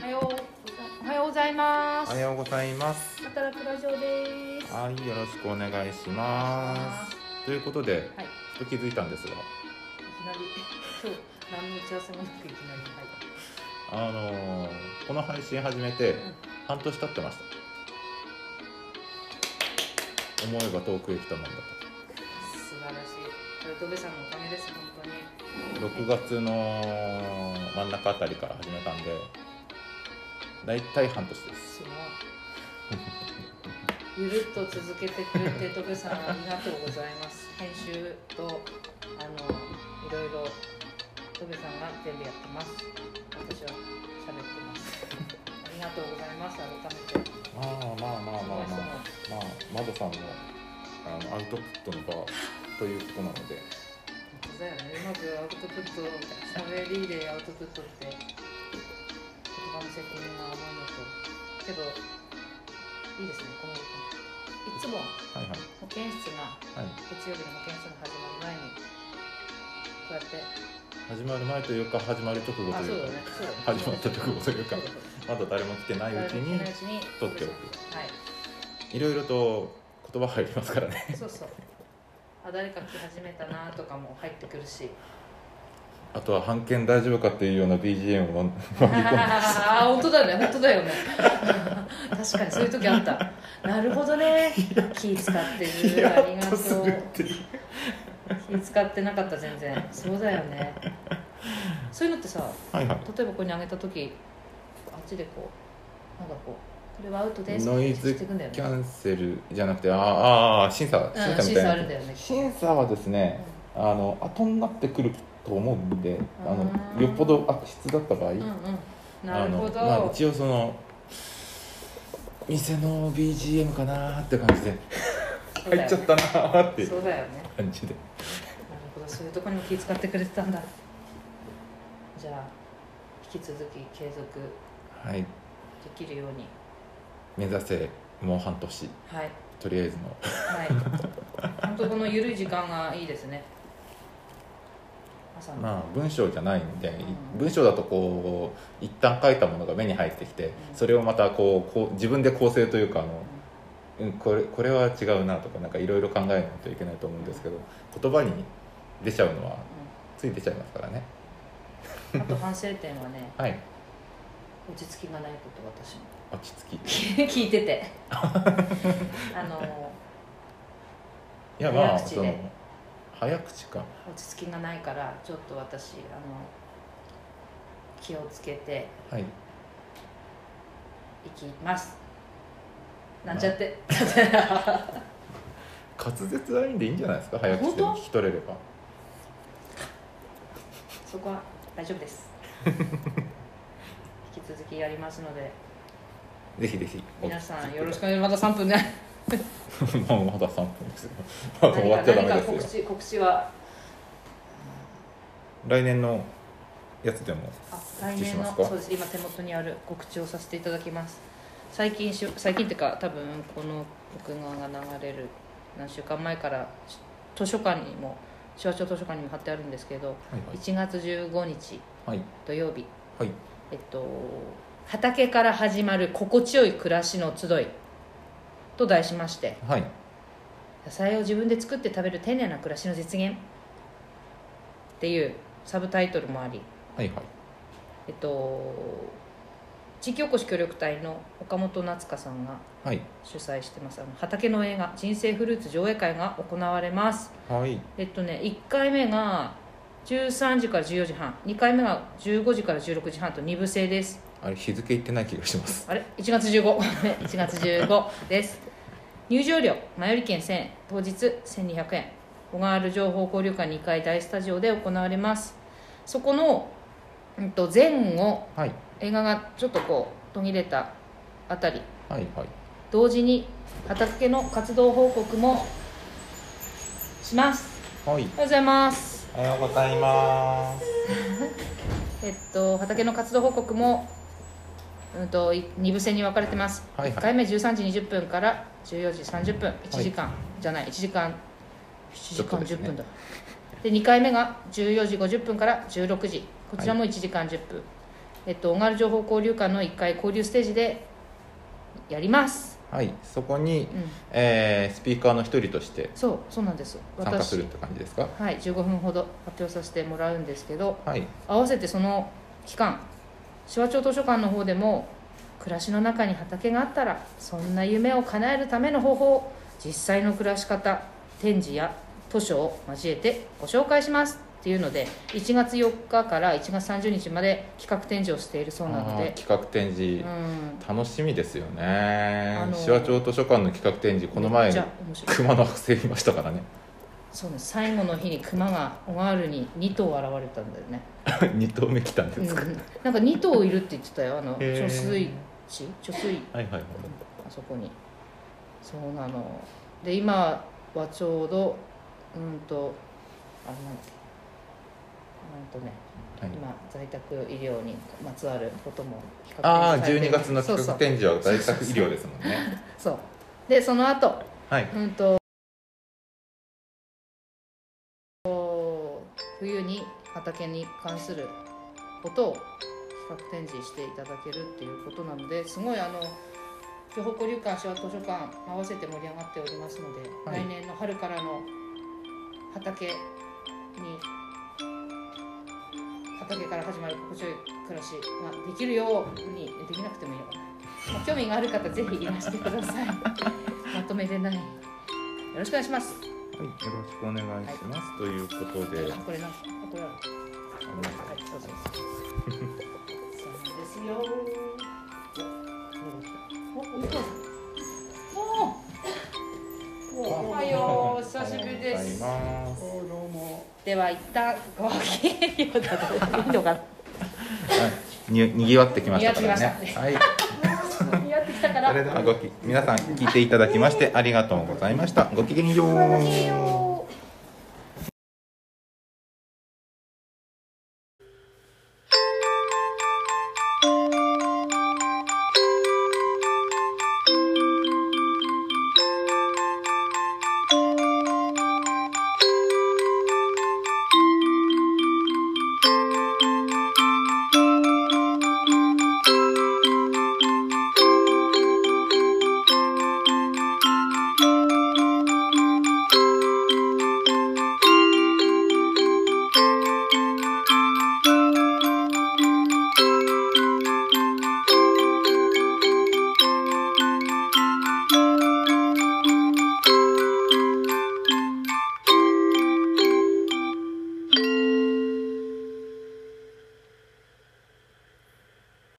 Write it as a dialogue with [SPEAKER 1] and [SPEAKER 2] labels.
[SPEAKER 1] おはよう。おはようございま
[SPEAKER 2] お
[SPEAKER 1] す。
[SPEAKER 2] はようございます。
[SPEAKER 1] 働くラジオです。
[SPEAKER 2] はい、よろしくお願いします。ということで、
[SPEAKER 1] はい。い
[SPEAKER 2] ちょっと気づいたんですが、
[SPEAKER 1] きなり今日何の打ち合わせもなくいきなりは
[SPEAKER 2] あのーこの配信始めて
[SPEAKER 1] ん
[SPEAKER 2] 半年経ってました。思えば遠くへ来たもんだ
[SPEAKER 1] い。素晴らしい。これドベさんのおかげです本当に。
[SPEAKER 2] と。6月の真ん中あたりから始めたんで、だいたい半年です。
[SPEAKER 1] すごい。ゆるっと続けてくれてドベさんありがとうございます。 編集とあのいろいろドベさんが全部やってます。私は喋ってます。ありがとうございます。改めて。
[SPEAKER 2] まあまあまあまあまあ、まあ、まどさんのあのアウトプットの場ということなので、
[SPEAKER 1] そうだよね、うまくアウトプット、喋りでアウトプットって、言葉の責任が重いのと、けど、いいですね、このいつも
[SPEAKER 2] はいはい
[SPEAKER 1] 保健室が、
[SPEAKER 2] はい。
[SPEAKER 1] 月曜日の保健室が始まる前に、こうやって、
[SPEAKER 2] 始まる前というか始まる直後
[SPEAKER 1] あ、
[SPEAKER 2] と
[SPEAKER 1] そう
[SPEAKER 2] いう
[SPEAKER 1] だね、
[SPEAKER 2] か
[SPEAKER 1] そうだね。
[SPEAKER 2] 始まった直後というか
[SPEAKER 1] そうだね
[SPEAKER 2] まだ誰も来てないうち に
[SPEAKER 1] 誰も来ないうちに
[SPEAKER 2] 撮っておく
[SPEAKER 1] はい
[SPEAKER 2] ろいろと言葉入りますからね
[SPEAKER 1] い、そうそう。あ、誰か来始めたなとかも入ってくるし。
[SPEAKER 2] あとは判件大丈夫かっていうような BGM を
[SPEAKER 1] ああ本当だよね本当だよね確かにそういう時あったなるほどね気使ってるありがと
[SPEAKER 2] するっ
[SPEAKER 1] う
[SPEAKER 2] ていう
[SPEAKER 1] 気使ってなかった全然そうだよねそういうのってさ
[SPEAKER 2] はいは
[SPEAKER 1] 例えばここにあげた時あっちでこうなんかこうこれはアウトで
[SPEAKER 2] い
[SPEAKER 1] す
[SPEAKER 2] ノイ
[SPEAKER 1] って
[SPEAKER 2] ズ
[SPEAKER 1] していくんだよね
[SPEAKER 2] キャンセルじゃなくてあーあー審査審査
[SPEAKER 1] うん、審
[SPEAKER 2] みた
[SPEAKER 1] 査あ
[SPEAKER 2] い
[SPEAKER 1] るん
[SPEAKER 2] な
[SPEAKER 1] だよね
[SPEAKER 2] 審査はですねあの後になってくると思うんであ
[SPEAKER 1] あ
[SPEAKER 2] の
[SPEAKER 1] ー
[SPEAKER 2] よっぽど悪質だった場合、
[SPEAKER 1] うんうんな
[SPEAKER 2] あ
[SPEAKER 1] る
[SPEAKER 2] の
[SPEAKER 1] ほど、
[SPEAKER 2] まあ、一応その店の BGM かなーって感じで
[SPEAKER 1] そう
[SPEAKER 2] 入
[SPEAKER 1] だよ
[SPEAKER 2] っちゃったなーって
[SPEAKER 1] ね
[SPEAKER 2] いう
[SPEAKER 1] そうだよね
[SPEAKER 2] 感じで
[SPEAKER 1] なるほどそういうとこにも気遣ってくれてたんだじゃあ引き続き継続
[SPEAKER 2] はい
[SPEAKER 1] できるように
[SPEAKER 2] 目指せもう半年
[SPEAKER 1] はい
[SPEAKER 2] とりあえずの
[SPEAKER 1] はい本当この緩い時間がいいですね朝の、
[SPEAKER 2] まあ文章じゃないんで、
[SPEAKER 1] うん
[SPEAKER 2] 文章だとこう一旦書いたものが目に入ってきて、
[SPEAKER 1] ん
[SPEAKER 2] それをまたこうこう自分で構成というかあの、うん、これこれは違うなとかなんかいろいろ考えないといけないと思うんですけど言葉に出ちゃうのはつい出ちゃいますからね
[SPEAKER 1] うんあと反省点はね
[SPEAKER 2] はい
[SPEAKER 1] 落ち着きがないこと私も
[SPEAKER 2] 落ち着きい
[SPEAKER 1] 聞いて てあの
[SPEAKER 2] やま
[SPEAKER 1] 早
[SPEAKER 2] あ
[SPEAKER 1] 口で
[SPEAKER 2] その早口か
[SPEAKER 1] 落ち着きがないからちょっと私あの気をつけて
[SPEAKER 2] はい
[SPEAKER 1] いきますなんちゃって、
[SPEAKER 2] 滑舌ラインでいいんじゃないですか早口で
[SPEAKER 1] 本当
[SPEAKER 2] 聞き取れれば
[SPEAKER 1] そこは大丈夫です 引き続きやりますので
[SPEAKER 2] ぜひぜひ
[SPEAKER 1] 皆さんよろし
[SPEAKER 2] く
[SPEAKER 1] くお願いしますまた3分ね
[SPEAKER 2] もう まだ3分ですよ まだ終わっちゃ
[SPEAKER 1] 何
[SPEAKER 2] ダメ
[SPEAKER 1] か
[SPEAKER 2] ですよ
[SPEAKER 1] 告知告知は
[SPEAKER 2] 来年のやつでも
[SPEAKER 1] あ
[SPEAKER 2] 告
[SPEAKER 1] 来
[SPEAKER 2] 知し
[SPEAKER 1] 年
[SPEAKER 2] ま
[SPEAKER 1] の
[SPEAKER 2] すか
[SPEAKER 1] そうです今手元にある告知をさせていただきます最近し最近っていうか多分この録画が流れる何週間前からし図書館にも手話帳図書館にも貼ってあるんですけど
[SPEAKER 2] は
[SPEAKER 1] 1月15日
[SPEAKER 2] いはい
[SPEAKER 1] 土曜日
[SPEAKER 2] はい
[SPEAKER 1] えっと「畑から始まる心地よい暮らしの集い」と題しまして
[SPEAKER 2] はい、はい、
[SPEAKER 1] 野菜を自分で作って食べる丁寧な暮らしの実現っていうサブタイトルもあり、
[SPEAKER 2] はいはい
[SPEAKER 1] えっと、地域おこし協力隊の岡本夏香さんが
[SPEAKER 2] はい
[SPEAKER 1] 主催してますあの畑の映画「人生フルーツ」上映会が行われます
[SPEAKER 2] はい
[SPEAKER 1] えっとね1回目が13時から14時半2回目が15時から16時半と2部制です
[SPEAKER 2] あれ日付いってない気がします
[SPEAKER 1] あれ1月15 1月15です入場料前売り券1000円当日1200円小川原情報交流館2階大スタジオで行われますそこの、うん、と前後
[SPEAKER 2] はい
[SPEAKER 1] 映画がちょっとこう途切れたあたり
[SPEAKER 2] はいはい
[SPEAKER 1] 同時に畑の活動報告もしますお
[SPEAKER 2] はい
[SPEAKER 1] はようございます
[SPEAKER 2] おはようございます
[SPEAKER 1] えっと畑の活動報告も、うん、と2部制に分かれてます
[SPEAKER 2] はい
[SPEAKER 1] 1
[SPEAKER 2] はい
[SPEAKER 1] 回目13時20分から14時30分1時間、じゃない1時間7時間
[SPEAKER 2] ちょっとです
[SPEAKER 1] 10
[SPEAKER 2] ね
[SPEAKER 1] 分だで,、二2回目が14時50分から16時こちらも1時間10分、えっと、小軽情報交流館の1階交流ステージでやります、
[SPEAKER 2] はいそこに
[SPEAKER 1] う、ん、
[SPEAKER 2] えースピーカーの一人として
[SPEAKER 1] そうそうなんです
[SPEAKER 2] 参加するっ
[SPEAKER 1] 私
[SPEAKER 2] て感じですか
[SPEAKER 1] はい15分ほど発表させてもらうんですけど
[SPEAKER 2] はい
[SPEAKER 1] 合わせてその期間手話町図書館の方でも暮らしの中に畑があったらそんな夢を叶えるための方法実際の暮らし方展示や図書を交えてご紹介しますっていうので1月4日から1月30日まで企画展示をしているそうなの
[SPEAKER 2] あー
[SPEAKER 1] で、
[SPEAKER 2] 企画展示
[SPEAKER 1] う、ん、
[SPEAKER 2] 楽しみですよね
[SPEAKER 1] あのー
[SPEAKER 2] 紫波町図書館の企画展示この前
[SPEAKER 1] じゃ面白い
[SPEAKER 2] 熊の剥製いましたからね
[SPEAKER 1] そうね最後の日に熊が小ルに2頭現れたんだよね、
[SPEAKER 2] 二頭目来たん
[SPEAKER 1] う
[SPEAKER 2] で
[SPEAKER 1] ん
[SPEAKER 2] すか、、
[SPEAKER 1] なんか2頭いるって言ってたよあの
[SPEAKER 2] へー
[SPEAKER 1] 貯水池貯水
[SPEAKER 2] はいはいはい
[SPEAKER 1] あそこにそうなので今はちょうどうんとあれなんだっけうんとね、
[SPEAKER 2] はい
[SPEAKER 1] 今在宅医療にまつわることも比較
[SPEAKER 2] ああ
[SPEAKER 1] 的されて
[SPEAKER 2] 12月の企
[SPEAKER 1] そ
[SPEAKER 2] 画
[SPEAKER 1] うそう
[SPEAKER 2] 展示は在宅医療ですもんね
[SPEAKER 1] そうでその後
[SPEAKER 2] はい
[SPEAKER 1] うんと冬に畑に関することを企画展示していただけるっていうことなのですごいあの情報交流館手話図書館合わせて盛り上がっておりますので、
[SPEAKER 2] はい
[SPEAKER 1] 来年の春からの畑に畑から始まる心地よい暮らしができるようにできなくてもいいのかな、まあ興味がある方ぜひいらしてくだ さいまとめれないよろしくお願いします
[SPEAKER 2] はい、よろしくお願いします、ということで、
[SPEAKER 1] あこれなんかあこれあるはいそうそうそうそうですよおおおおおはよう久しぶりです
[SPEAKER 2] おはようございます
[SPEAKER 1] では一旦ごきげんようだといいのかな
[SPEAKER 2] はい、ににぎわってきましたからね
[SPEAKER 1] にぎわってきまし
[SPEAKER 2] はい
[SPEAKER 1] やってきたか
[SPEAKER 2] そ
[SPEAKER 1] ら
[SPEAKER 2] れではごき皆さん聞いていただきましてありがとうございましたごきげんよう